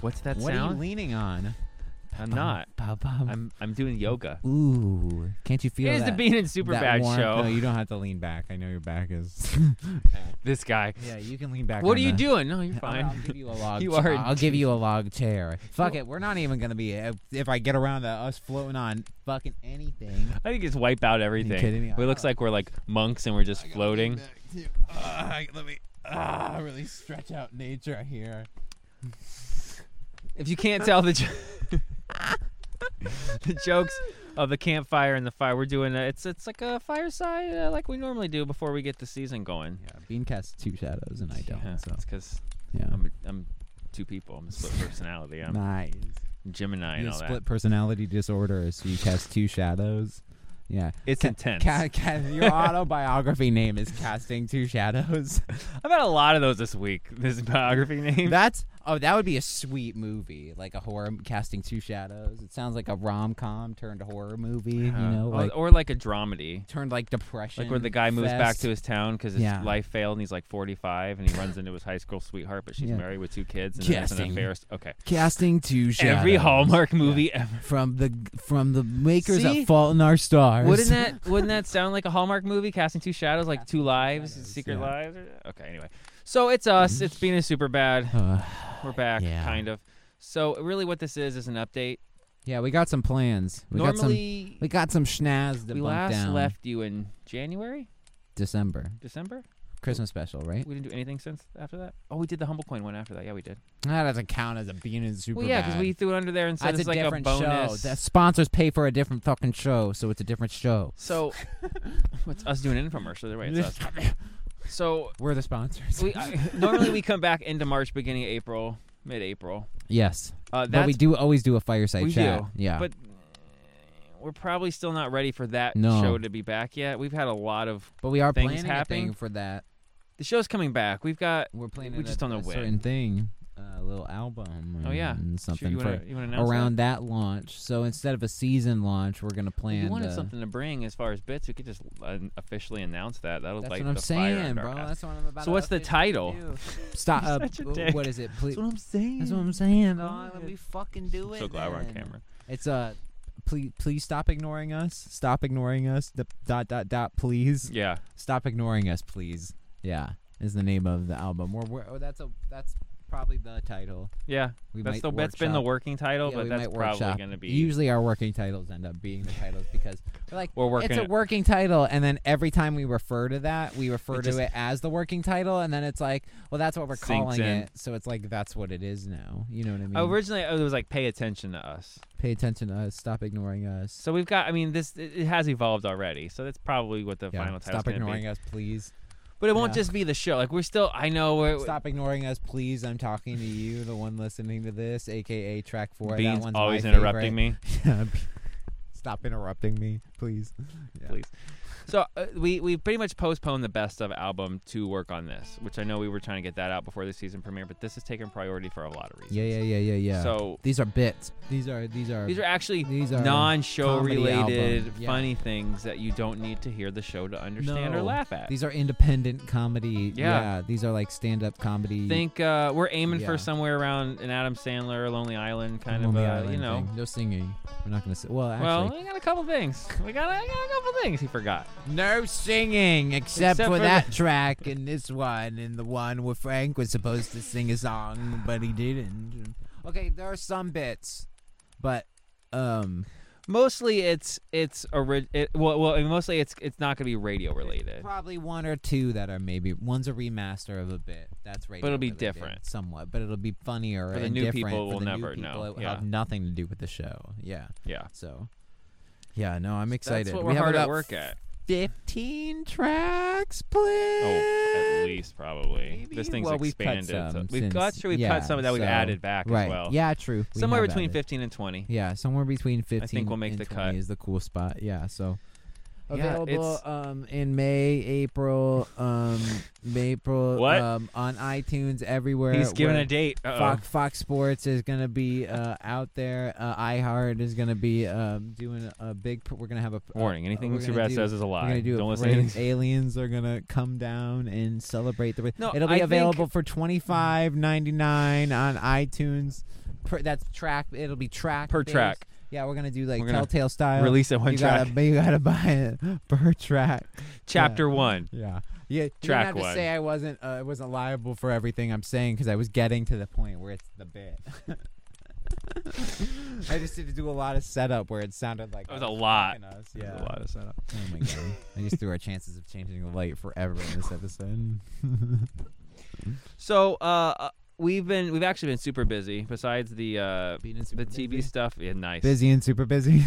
What's that what are you sound? leaning on? I'm not. Ba, ba, ba. I'm I'm doing yoga. Ooh, can't you feel It is that? the Bean and that Superbad warmth? No, show. you don't have to lean back. I know your back is. This guy. yeah, you can lean back. What on are you the- doing? No, you're I'll, I'll fine. give you a log. You cha- are I'll give you a log chair. Fuck it. We're not even gonna be. If, if I get around to us floating on fucking anything, I think it's wipe out everything. kidding me? It looks like we're like monks and we're just floating. let me ah really stretch out nature here. If you can't tell the jo- the jokes of the campfire and the fire, we're doing a, it's it's like a fireside uh, like we normally do before we get the season going. Yeah, Bean casts two shadows and I don't. Yeah, so it's because yeah, I'm I'm two people. I'm a split personality. I'm nice. Gemini You and have all split that. personality disorder, so you cast two shadows. Yeah, It's Ca- intense. ca- ca- your autobiography name is casting two shadows. I've had a lot of those this week. This biography name. That's oh, that would be a sweet movie, like a horror casting two shadows. It sounds like a rom com turned horror movie, you Yeah. know, or, like or like a dramedy. turned like Uh-huh. Oh, depression. Like where the guy moves back fest. to his town because his Yeah. life failed and he's like 45 and he runs into his high school sweetheart, but she's Yeah. married with two kids and has an Casting. affair. Okay. casting two shadows. Every Hallmark movie ever. from the from the makers See? of Fault in Our Stars. Wouldn't that wouldn't that sound like a Hallmark movie? Casting two shadows, like two lives, shadows, secret yeah. lives. Okay, anyway. So it's us. It's being a super bad. Uh, We're back, Yeah. kind of. So really, what this is is an update. yeah, we got some plans. We got some. Normally, We got some schnaz to we bump last down. left you in January, December December. Christmas special, right? We didn't do anything since after that. Eh. Oh, we did the humble coin one after that. Yeah, we did. That doesn't count as a being in super. well, yeah, because we threw it under there and said That's it's a like different bonus. show. The sponsors pay for a different fucking show, so it's a different show. So it's us doing an infomercial. Either way, it's us. So We're the sponsors. we I, normally we come back into March, beginning of April, mid-April. yes, Uh, but that's we do always do a fireside we chat. do. Yeah, But we're probably still not ready for that No. show to be back yet. We've had a lot of but we are things planning happening. a thing for that. the show's coming back. We've got. We're planning. We just a, don't know a when. certain thing, uh, a little album. Oh, yeah. and something Shoot, you for wanna, you wanna announce around that? launch. So instead of a season launch, we're gonna That? If plan. you wanted the- uh, something to bring as far as bits, we could just uh, officially announce that. That'll That's light what I'm the fire saying, under our bro. ass. That's what I'm about. So to what's the officially title? do. Stop. uh, such a w- dick. What is it? Please. I'm saying. That's what I'm saying. dog. Let me fucking do I'm it. so glad we're on then. camera. It's uh, please, please stop ignoring us. Stop ignoring us. The dot dot dot. Please Yeah. stop ignoring us, please. Yeah, is the name of the album. Or we're, oh, that's a that's probably the title. Yeah. We That's might the that's been the workshop- working title, yeah, but we that's might probably workshop. going to be Usually our working titles end up being the titles because we're like We're working It's a it. working title, and then every time we refer to that, we refer It to just- it as the working title, and then it's like, well, that's what we're Sinks calling in. Oh, it. So it's like that's what it is now. You know what I mean? originally it was like pay attention to us. Pay attention to us. Stop ignoring us. So we've got I mean this it, it has evolved already. So that's probably what the Yeah, final title Stop ignoring be. us, please. But it won't Yeah. just be the show. Like we're still I know we're Stop ignoring us, please. I'm talking to you, the one listening to this, aka track four. Beans that one's always my interrupting me. me. Stop interrupting me, please. Yeah. Please. So uh, we we pretty much postponed the best of album to work on this, which I know we were trying to get that out before the season premiere, but this has taken priority for a lot of reasons. Yeah, yeah, yeah, yeah, yeah. So these are bits. These are these are These are actually These are non-show comedy related album. Yeah. funny things that you don't need to hear the show to understand or No. laugh at. These are independent comedy. Yeah. Yeah. these are like stand up comedy. think uh, we're aiming for Yeah. somewhere around an Adam Sandler, Lonely Island kind Lonely of, uh, Island you know. thing. No singing. We're not gonna say. Well, actually, Well, we got a couple things. We got a, got a couple things he forgot. no singing except, Except for, for that track and this one and the one where Frank was supposed to sing a song but he didn't. Okay, there are some bits, but um, Mostly it's it's ori- it, well, well, I mean, mostly it's it's not going to be radio related. probably one or two that are maybe one's a remaster of a bit. That's right. it'll be different. somewhat, but it'll be funnier For the and new different people, for we'll the new never people. know. It will Yeah. have nothing to do with the show. Yeah. Yeah. So, yeah, no, I'm excited. That's what we we're have hard about at work at. 15 tracks, please. Oh, at least probably. Maybe- This thing's well, we've cut expanded. so- some we've since- got sure we've yeah, cut some of that we've so- added back Right. as well. Yeah, true. We Somewhere have between added. 15 and 20. Yeah, somewhere between 15. we'll make and the 20 cut. Is the cool spot. Yeah. So. Yeah, available it's- um, in May, April, um, April What? Um, on iTunes everywhere. He's giving We're- a date. Uh-oh. Fox, Fox Sports is gonna be uh, out there. Uh, iHeart is gonna be um, doing a big. We're gonna have a Warning: Anything we're gonna Superbad do- says is a We're lie. gonna do Don't a listen. parade. to anything. Aliens are gonna come down and celebrate the. No, It'll I be think- available for twenty five ninety nine on iTunes. Per, that's track. It'll be track Per based. track. Yeah, we're gonna do like We're gonna Telltale style. Release it one you track. gotta, you gotta buy it per track. Chapter one. Yeah, yeah. You Track didn't have one. to say I wasn't. Uh, I wasn't liable for everything I'm saying because I was getting to the point where it's the bit. I just had to do a lot of setup where it sounded like That was I a lot. fucking us. That Yeah. was A lot of setup. Oh my god! I just threw our chances of changing the light forever in this episode. So uh, uh, we've been we've actually been super busy. Besides the uh, Being the TV stuff, yeah, nice. busy and super busy.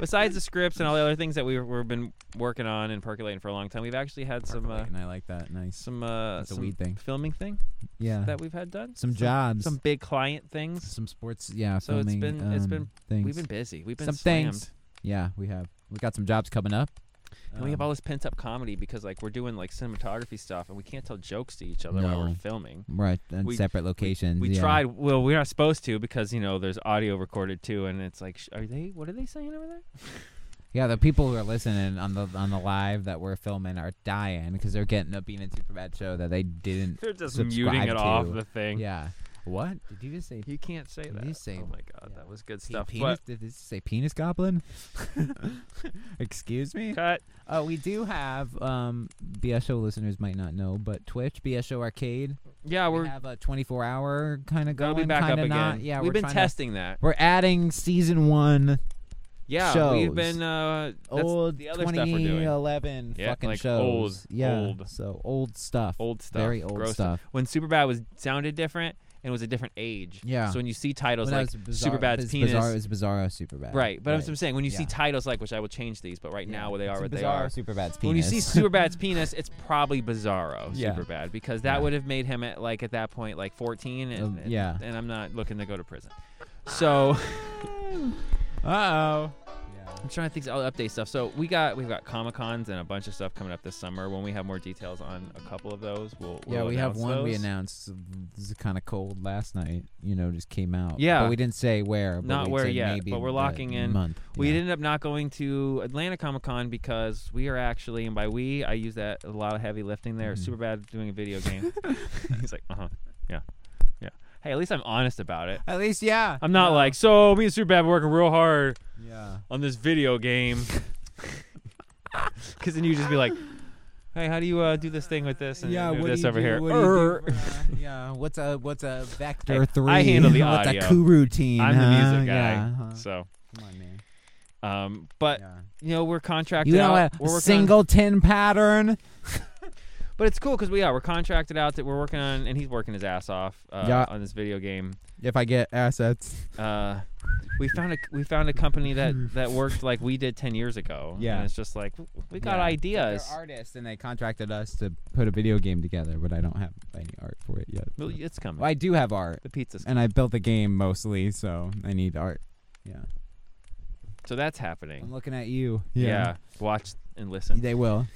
Besides the scripts and all the other things that we've, we've been working on and percolating for a long time, we've actually had some uh, and I like that. Nice. some uh, That's a some weed thing. filming thing Yeah. that we've had done. some jobs. some Some, big client things. sports. Yeah. So it's filming, been- it's um, been- things. We've been busy. We've been some slammed. things. Yeah, we have. We got some jobs coming up. And we have Um, all this pent up comedy because like we're doing like cinematography stuff and we can't tell jokes to each other while we're No. filming. Right, on We- separate locations. We yeah. tried. Well, we're not supposed to because you know there's audio recorded too, and it's like, sh- are they? What are they saying over there? Yeah, the people who are listening on the on the live that we're filming are dying because they're getting up being a super bad show that they didn't. They're just Subscribe muting it off to- the thing. Yeah. What did you just say? You can't say You that. say- oh my god, yeah. that was good stuff. Pe- penis? Did it say penis goblin? Excuse me. But cut. Oh, we do have um BSO listeners might not know, but Twitch BSO Arcade. Yeah, We we're have a 24 hour kind of gonna going. be back up kinda again. Not. Yeah, we've we're been trying to- testing that. we're adding season one, Yeah, we've shows. been. Uh, that's old the other stuff we're doing. 2011 Yeah, fucking like shows. old, yeah, old. so old stuff. Old stuff. Very old gross stuff. When Superbad was sounded different and was a different age. Yeah. So when you see titles When I like was bizarre, Superbad's biz- penis, Bizarro, it was Bizarro Superbad. Right, but I'm- I'm saying when you see yeah. titles like, which I will change these, but right Yeah, now where they are, it's a what Bizarro they are. Superbad's penis. When you see Superbad's penis, it's probably Bizarro Yeah. Superbad because that Yeah. would have made him at like at that point like 14, and, Um, and- yeah. and I'm not looking to go to prison. So uh oh. I'm trying to think of all the update stuff. So we got we've got Comic Cons and a bunch of stuff coming up this summer. When we have more details on a couple of those, we'll, we'll Yeah, we have announce one we those. announced. This is kind of cold last night. You know, just came out. Yeah. but we didn't say where. But Not we where said yet, Maybe but we're the locking in. Month. We yeah. ended up not going to Atlanta Comic Con because we are actually, and by we, I use that a lot of heavy lifting there. Mhm. Super bad doing a video game. He's like, uh huh, yeah, yeah. Hey, at least I'm honest about it. At least, yeah. I'm not Yeah. like, so me and Super bad working real hard Yeah. on this video game. Because then you just be like, hey, how do you uh, do this thing with this and Yeah, move what do this you over do- here? what do you do Err. for, uh, yeah, what's a what's a Hey, vector I three? handle the what's audio. a coup routine? I'm the huh? music guy. Yeah, huh? So, Come on, man. um, but Yeah. you know, we're contracted You know out. a We're working on- singleton pattern? But it's cool because we are we're contracted out that we're working on, and he's working his ass off uh, Yeah. on this video game. If I get assets, Uh, we found a we found a company that that worked like we did ten years ago. Yeah. and it's just like we got Yeah. ideas. They're artists, and they contracted us to put a video game together, but I don't have any art for it yet. Well, so. it's coming. Well, I do have art, the pizza's and I built the game mostly, so I need art. Yeah, so that's I'm happening. looking at you. watch and listen. they will.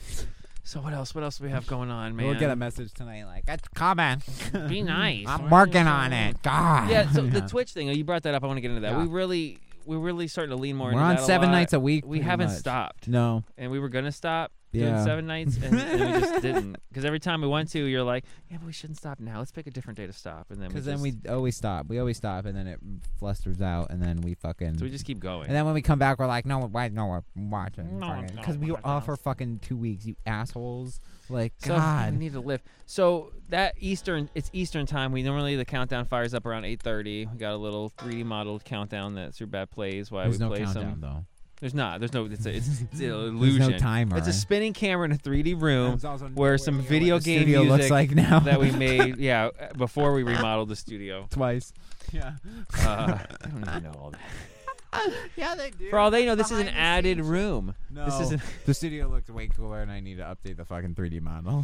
So what else? What else do we have going on, man? We'll get a message tonight, like "That's- come on. Be nice. I'm working on it. God. Yeah. So the Twitch thing. oh, You brought that up. I want to get into that. Yeah. We really we're really starting to lean more. We're into on that a seven lot. nights a week. We pretty haven't much. stopped. No. and we were gonna stop doing Yeah. seven nights, and, and we just didn't. Because every time we went to, you're like, "Yeah, but we shouldn't stop now. Let's pick a different day to stop." And then we Because then just- we always stop. We always stop, and then it flusters out, and then we fucking. so we just keep going. and then when we come back, we're like, no, why? No, we're watching. No, no, Because we we're were off for not. fucking two weeks, you assholes. Like, so we God. need to live. So that Eastern, it's Eastern time. We normally the countdown fires up around 8:30. We got a little 3D modeled countdown that Surbat plays while There's we no play countdown, some. though. There's not. There's no. It's a, it's, it's an There's illusion. no timer. It's a spinning camera in a 3D room There's also where nowhere some near what video the game studio looks music like now. that we made. Yeah, before we remodeled the studio. twice. Yeah. Uh, I don't even know all that. yeah, they do. For all they know, this is an Behind the added scenes. room. No, This isn't. the studio looked way cooler, and I need to update the fucking 3D model.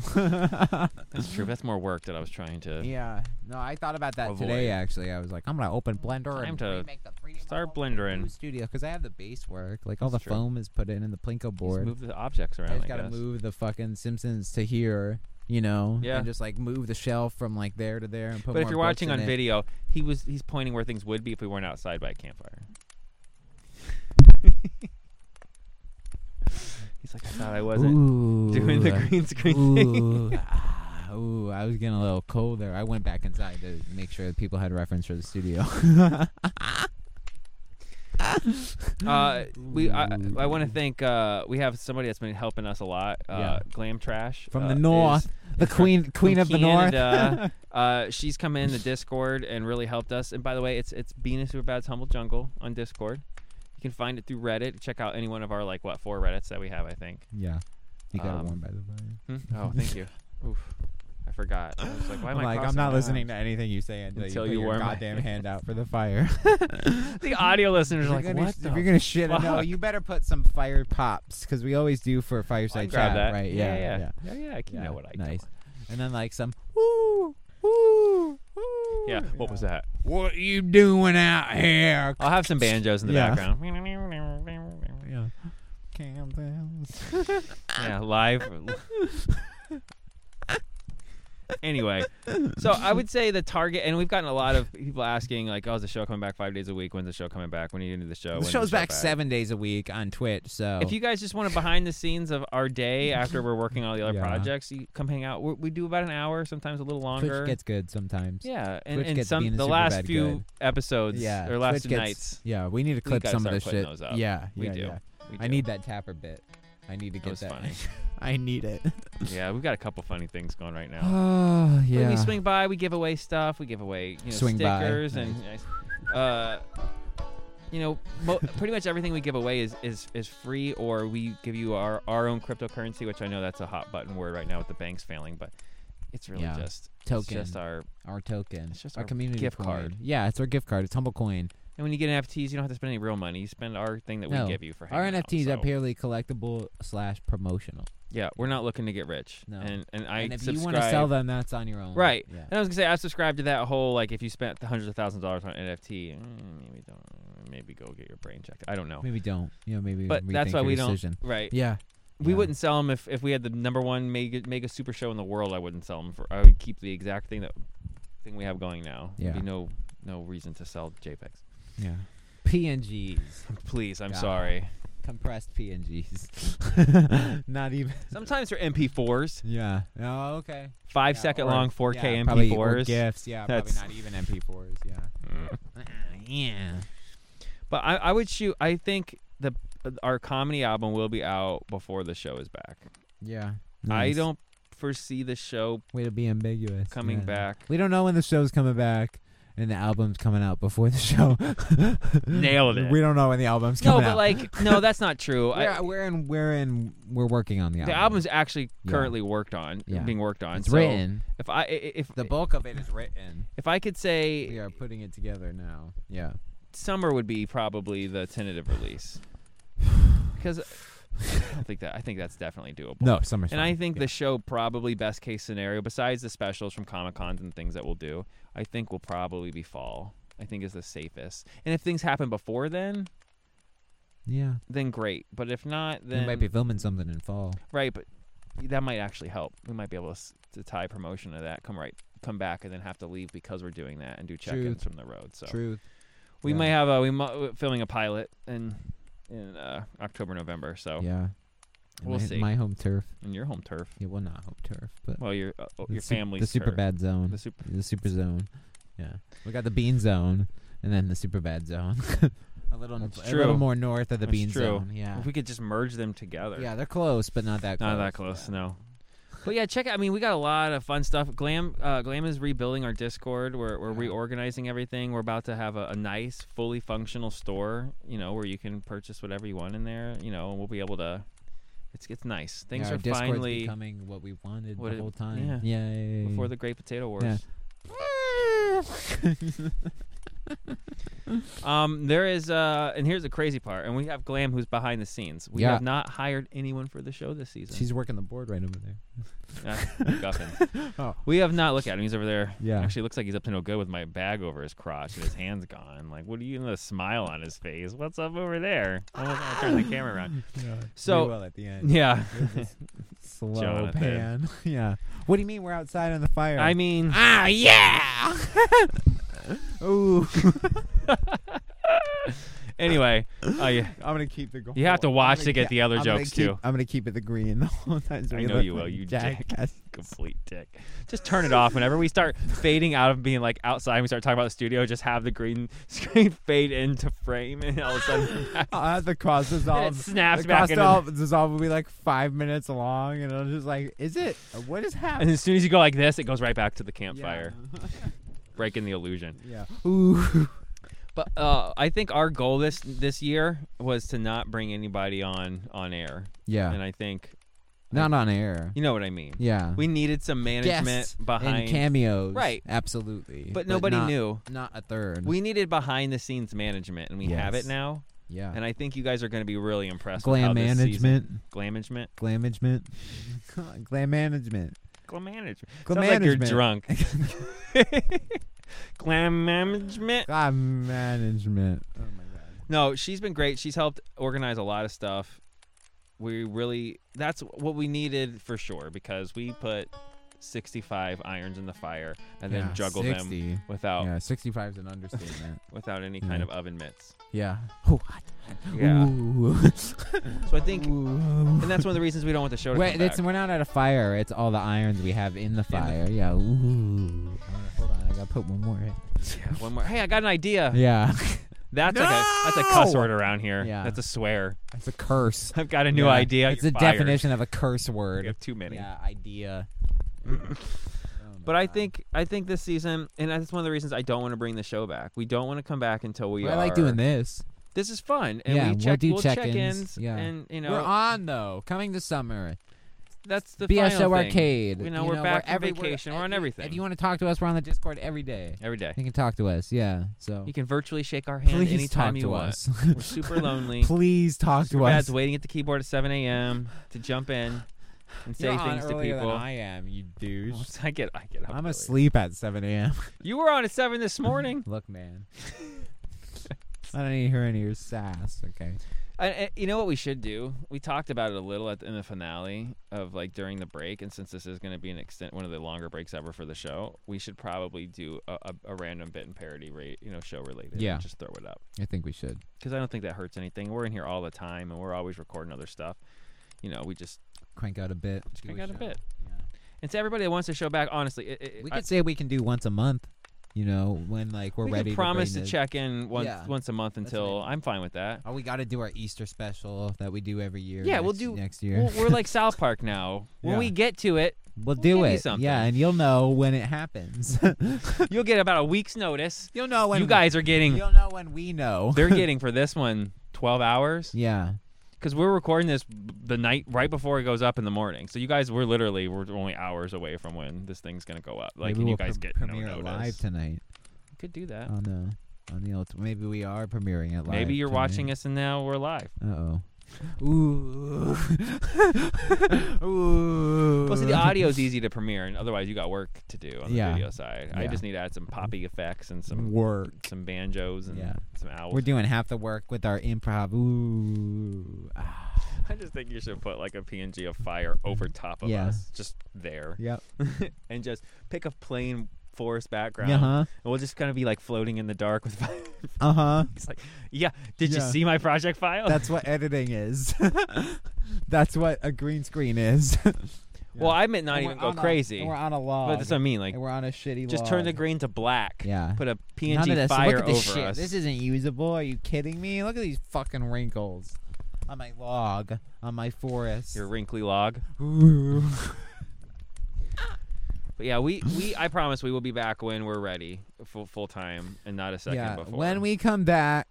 That's true. That's more work that I was trying to yeah. No, I thought about that Avoid. today. Actually, I was like, I'm gonna open Blender Mm, Time and to remake the 3D start model of the blendering. new studio because I have the base work. Like all That's the true. foam is put in and the plinko just board. move the objects I around. just I gotta guess. move the fucking Simpsons to here. You know, Yeah. and just like move the shelf from like there to there and put. But if more you're books watching in on it. video, he was he's pointing where things would be if we weren't outside by a campfire. he's like, I thought I wasn't Ooh. doing the green screen thing. Ooh, ah, ooh, I was getting a little cold there. I went back inside to make sure that people had reference for the studio. Uh, we I, I want to thank uh, we have somebody that's been helping us a lot. Uh, Yeah. Glam Trash From uh, the is- north, the queen, queen of the north. Canada. uh, she's come in the Discord and really helped us. And by the way, it's it's Being a Superbad's Humble Jungle on Discord. You can find it through Reddit. Check out any one of our like what four Reddits that we have. I think. Yeah, you got Um, it warm by the way. Hmm? Oh, thank you. Oof, I forgot. I was like, why am I'm I like, I'm crossing not my arms? listening to anything you say until, Until you, put you your warm my goddamn hand out for the fire. The audio listeners If are you're like, gonna- what if the? you're gonna shit, it, no, fuck? you better put some fire pops because we always do for I fireside grab chat, that. right? Yeah, yeah. yeah, yeah. yeah, You Yeah, know what I nice. do. And then like some woo woo woo. Yeah. What was that? What you doing out here? I'll have some banjos in the Yeah. background. Yeah. Campbell's. Yeah, live. anyway, so I would say the target, and we've gotten a lot of people asking, like, "Oh, is the show coming back five days a week? When's the show coming back? When are you gonna do the show?" The When's show's show back seven days a week on Twitch, so If you guys just want a behind the scenes of our day after we're working all the other Yeah. projects, you come hang out. we we do about an hour, sometimes a little longer. Twitch gets good sometimes. yeah, and, Twitch and gets being some a the super last bad few good. episodes Yeah, or Oh, last Twitch two gets- nights. yeah, we need to clip gotta some of start this putting shit. those up. Yeah, We yeah, do. yeah. We do. I need that tapper bit. I need to get was that. funny. I need it. Yeah, we've got a couple funny things going right now. Oh When yeah. we swing by, we give away stuff. We give away you know, Swing by. stickers and uh, you know, mo- pretty much everything we give away is, is is free, or we give you our our own cryptocurrency, which I know that's a hot button word right now with the banks failing, but it's really Yeah. just token. It's just our our token. it's just our, our community gift coin. card. Yeah, it's our gift card. It's humble coin. and when you get NFTs, you don't have to spend any real money. You spend our thing that No, we give you for Our hanging out, NFTs are so- purely collectible slash promotional. Yeah, we're not looking to get rich. No. And and I and if you subscribe. want to sell them, that's on your own. Right. Yeah. And I was gonna say I subscribe to that whole like if you spent hundreds of thousands of dollars on NFT, mm, maybe don't maybe go get your brain checked. I don't know. Maybe don't. You know, maybe. But that's rethink why your we don't- decision. Right. Yeah. We Yeah. wouldn't sell them if, if we had the number one mega mega super show in the world. I wouldn't sell them for. I would keep the exact thing that thing we have going now. Yeah. There'd be no no reason to sell JPEGs. Yeah. PNGs. Please, I'm God. sorry. Compressed PNGs. Not even. Sometimes they're MP4s, Yeah. Oh, okay. five Yeah, second or- long 4K yeah, probably- or MP4s. GIFs. Yeah. That's- Probably not even MP4s. Yeah. Uh-uh, yeah. Mm. But I, I would shoot. I think the our comedy album will be out before the show is back. Yeah. I Nice. don't foresee the show Way to be ambiguous. coming yeah. back. We don't know when the show's coming back, and the album's coming out before the show. Nailed it. We don't know when the album's No, coming but out. like no, that's not true. I- we're, we're in, we're in, we're working on the album. the album's actually Yeah. currently worked on, Yeah. being worked on. It's so written. If I i- if The bulk of it is written. if I could say We are putting it together now. Yeah. summer would be probably the tentative release because I don't think that I think that's definitely doable. No, summer's And I think yeah. the show probably best case scenario, besides the specials from Comic Cons and things that we'll do, I think will probably be fall. I think is the safest. And if things happen before then, Yeah. then great. But if not, we then might be filming something in fall. right. But that might actually help. We might be able to, s- to tie promotion to that. Come right, come back, and then have to leave because we're doing that and do check-ins Truth. from the road. So Truth. We Yeah. may have a we might filming a pilot in in uh, October November. So Yeah. We'll my, see. My home turf. in your home turf, Yeah, well, not home turf, but well your uh, oh, the your sup- family's The super turf. bad zone. the super The super zone. Yeah. We got the bean zone and then the super bad zone. a little That's a little true. more north of the That's bean true. zone. Yeah. If we could just merge them together, Yeah, they're close, but not that close. not that close, no. But yeah, check. it- I mean, we got a lot of fun stuff. Glam uh, Glam is rebuilding our Discord. We're we're Yeah. reorganizing everything. We're about to have a, a nice, fully functional store. You know, where you can purchase whatever you want in there. You know, and we'll be able to. It's it's nice. Things yeah, our are Discord's finally becoming what we wanted what the it- whole time. yeah. Yeah. yeah, yeah, yeah. before the Great Potato Wars. Yeah. Um, there is, uh, and here's the crazy part, and we have Glam who's behind the scenes. We Yeah. have not hired anyone for the show this season. She's working the board right over there. That's MacGuffin. Oh. We have not. Look at him. He's over there. Yeah. Actually, looks like he's up to no good with my bag over his crotch and his hands gone. Like, what are you? The smile on his face. What's up over there? I'm gonna turn the camera around. So- we will at the end. Yeah. Slow Jonathan. pan. yeah. What do you mean we're outside on the fire? I mean, Ah yeah. Ooh. anyway, uh, you, I'm gonna keep it going. you have to watch to get the other jokes too. I'm gonna keep it the green the whole time. so I we know look you will, like you jackass. Complete dick. Just turn it off. Whenever we start fading out of being like outside, and we start talking about the studio. Just have the green screen fade into frame, and all of a sudden, we're back. Uh, the cross and it dissolve. snaps The back cross into dissolve, dissolve will be like five minutes long, and I'm just like, is it? What is And happening? as soon as you go like this, it goes right back to the Yeah. campfire, breaking the illusion. Yeah. Ooh. But uh, I think our goal this this year was to not bring anybody on on air, Yeah. and I think Not on air. you know what I mean. Yeah. We needed some management Guests behind, and cameos. Right. Absolutely. but nobody not- knew. Not a third. We needed behind the scenes management, and we have Yes. it now. yeah. And I think you guys are going to be really impressed. with how glam this season- management. glam management, Glam management. Glam management. glam management. Glam Sounds management. like you're drunk. glam management. Glam management. Oh my god. No, she's been great. She's helped organize a lot of stuff. We really that's what we needed for sure because we put 65 irons in the fire and then juggle them without Yeah, 65 is an understatement. without any kind Yeah. of oven mitts. yeah. Oh, Yeah. Ooh. So I think Ooh. and that's one of the reasons we don't want the show to Wait, come it's, back. we're not at a fire. It's all the irons we have in the fire. yeah. Ooh. I'm gonna- Hold on. I gotta put one more in. Yeah, one more. Hey, I got an idea. Yeah. That's like a that's a cuss No! word around here. Yeah. That's a swear. It's a curse. I've got a new Yeah. idea. It's You're the fired. definition of a curse word. We have too many. Yeah, idea. Oh But I think I think this season, and that's one of the reasons I don't want to bring the show back. We don't want to come back until we I are. like doing this. this is fun and Yeah, we we'll check do we'll check check-ins. ins Yeah. and you know We're on though. Coming this summer, that's the BSO final thing. Arcade. You know, we're back on every- vacation. We're on if you- everything. If you want to talk to us, we're on the Discord every day. every day. You can talk to us. Yeah. So You can virtually shake our hand please anytime talk you to want. us. We're super lonely. please talk to Your us. dad's waiting at the keyboard at 7 a.m. to jump in and say You're on things to earlier than people. I am, you douche. I get I get up. I'm early. asleep at 7 a.m. You were on at seven this morning. Look, man. I don't need to hear any of your sass. Okay. I, I- you know what we should do? We talked about it a little at the, in the finale of like during the break, and since this is going to be an extent one of the longer breaks ever for the show, we should probably do a, a, a random bit and parody, rate, you know, show related. and Yeah. just throw it up I think we should. because I don't think that hurts anything. We're in here all the time, and we're always recording other stuff. You know, we just Crank out a bit. Do crank out a show. bit. Yeah. And to everybody that wants the show back, honestly, it, it, We I- could say we can do once a month, you know, when like we're we ready could promise to, to, bring the- check in once Yeah. once a month That's what I until mean. I'm fine with that. Oh, we got to do our Easter special that we do every year. Yeah, we'll next- do- next year. We're, we're like South Park now. When Yeah. we get to it, We'll We'll do give you it. something. Yeah, and you'll know when it happens. you'll get about a week's notice. you'll know when you guys are getting You'll know when we know. they're getting for this one 12 hours yeah, because we're recording this b- the night right before it goes up in the morning so you guys we're literally we're only hours away from when this thing's gonna go up like maybe and we'll you guys pre- get premiere no it notice live tonight You could do that on the on the old. Maybe we are premiering it live. maybe you're watching us and now we're live Uh oh. Ooh. Ooh. well see the audio's easy to premiere and otherwise you got work to do on the Yeah. video side i Yeah. just need to add some poppy effects and some work. some banjos and Yeah. some owls We're doing half the work with our improv. Ooh. Ah. i just think you should put like a png of fire over top of Mm-hmm. Yeah. us just there Yep. and just pick a plain forest background Uh huh. And we'll just kind of be like floating in the dark with. Uh huh. it's like, yeah, did you Yeah. see my project file? That's what editing is. That's what a green screen is. Well, I meant not And even we're go on a- crazy, and we're on a log. but that's what I mean. Like, and we're on a shitty. just turn the log. green to black. Yeah. Put a None of PNG this. fire Look at this over shit. us. This isn't usable. Are you kidding me? Look at these fucking wrinkles on my log, on my forest. your wrinkly log. Ooh. But yeah, we we I promise we will be back when we're ready, full full time, and not a second yeah. before. When we come back,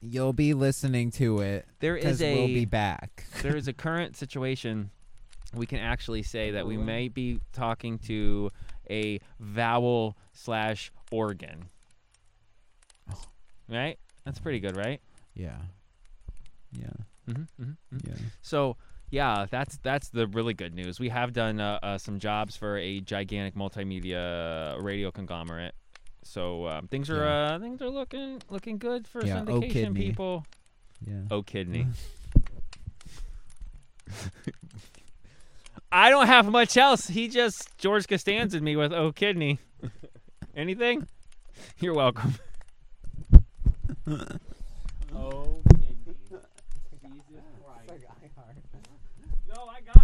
you'll be listening to it there because is a we'll be back. there is a current situation. We can actually say that we Ooh. may be talking to a vowel slash organ. Oh. right? That's pretty good, right? Yeah. Yeah. Mm-hmm, mm-hmm. Yeah. So yeah, that's that's the really good news. We have done uh, uh, some jobs for a gigantic multimedia radio conglomerate. So um, things are uh, things are looking looking good for Yeah, oh, syndication kidney. people. Yeah. Oh kidney. I don't have much else. He just George Costanza me with oh kidney. Anything? You're welcome. oh kidney. Jesus Christ. No, I got it.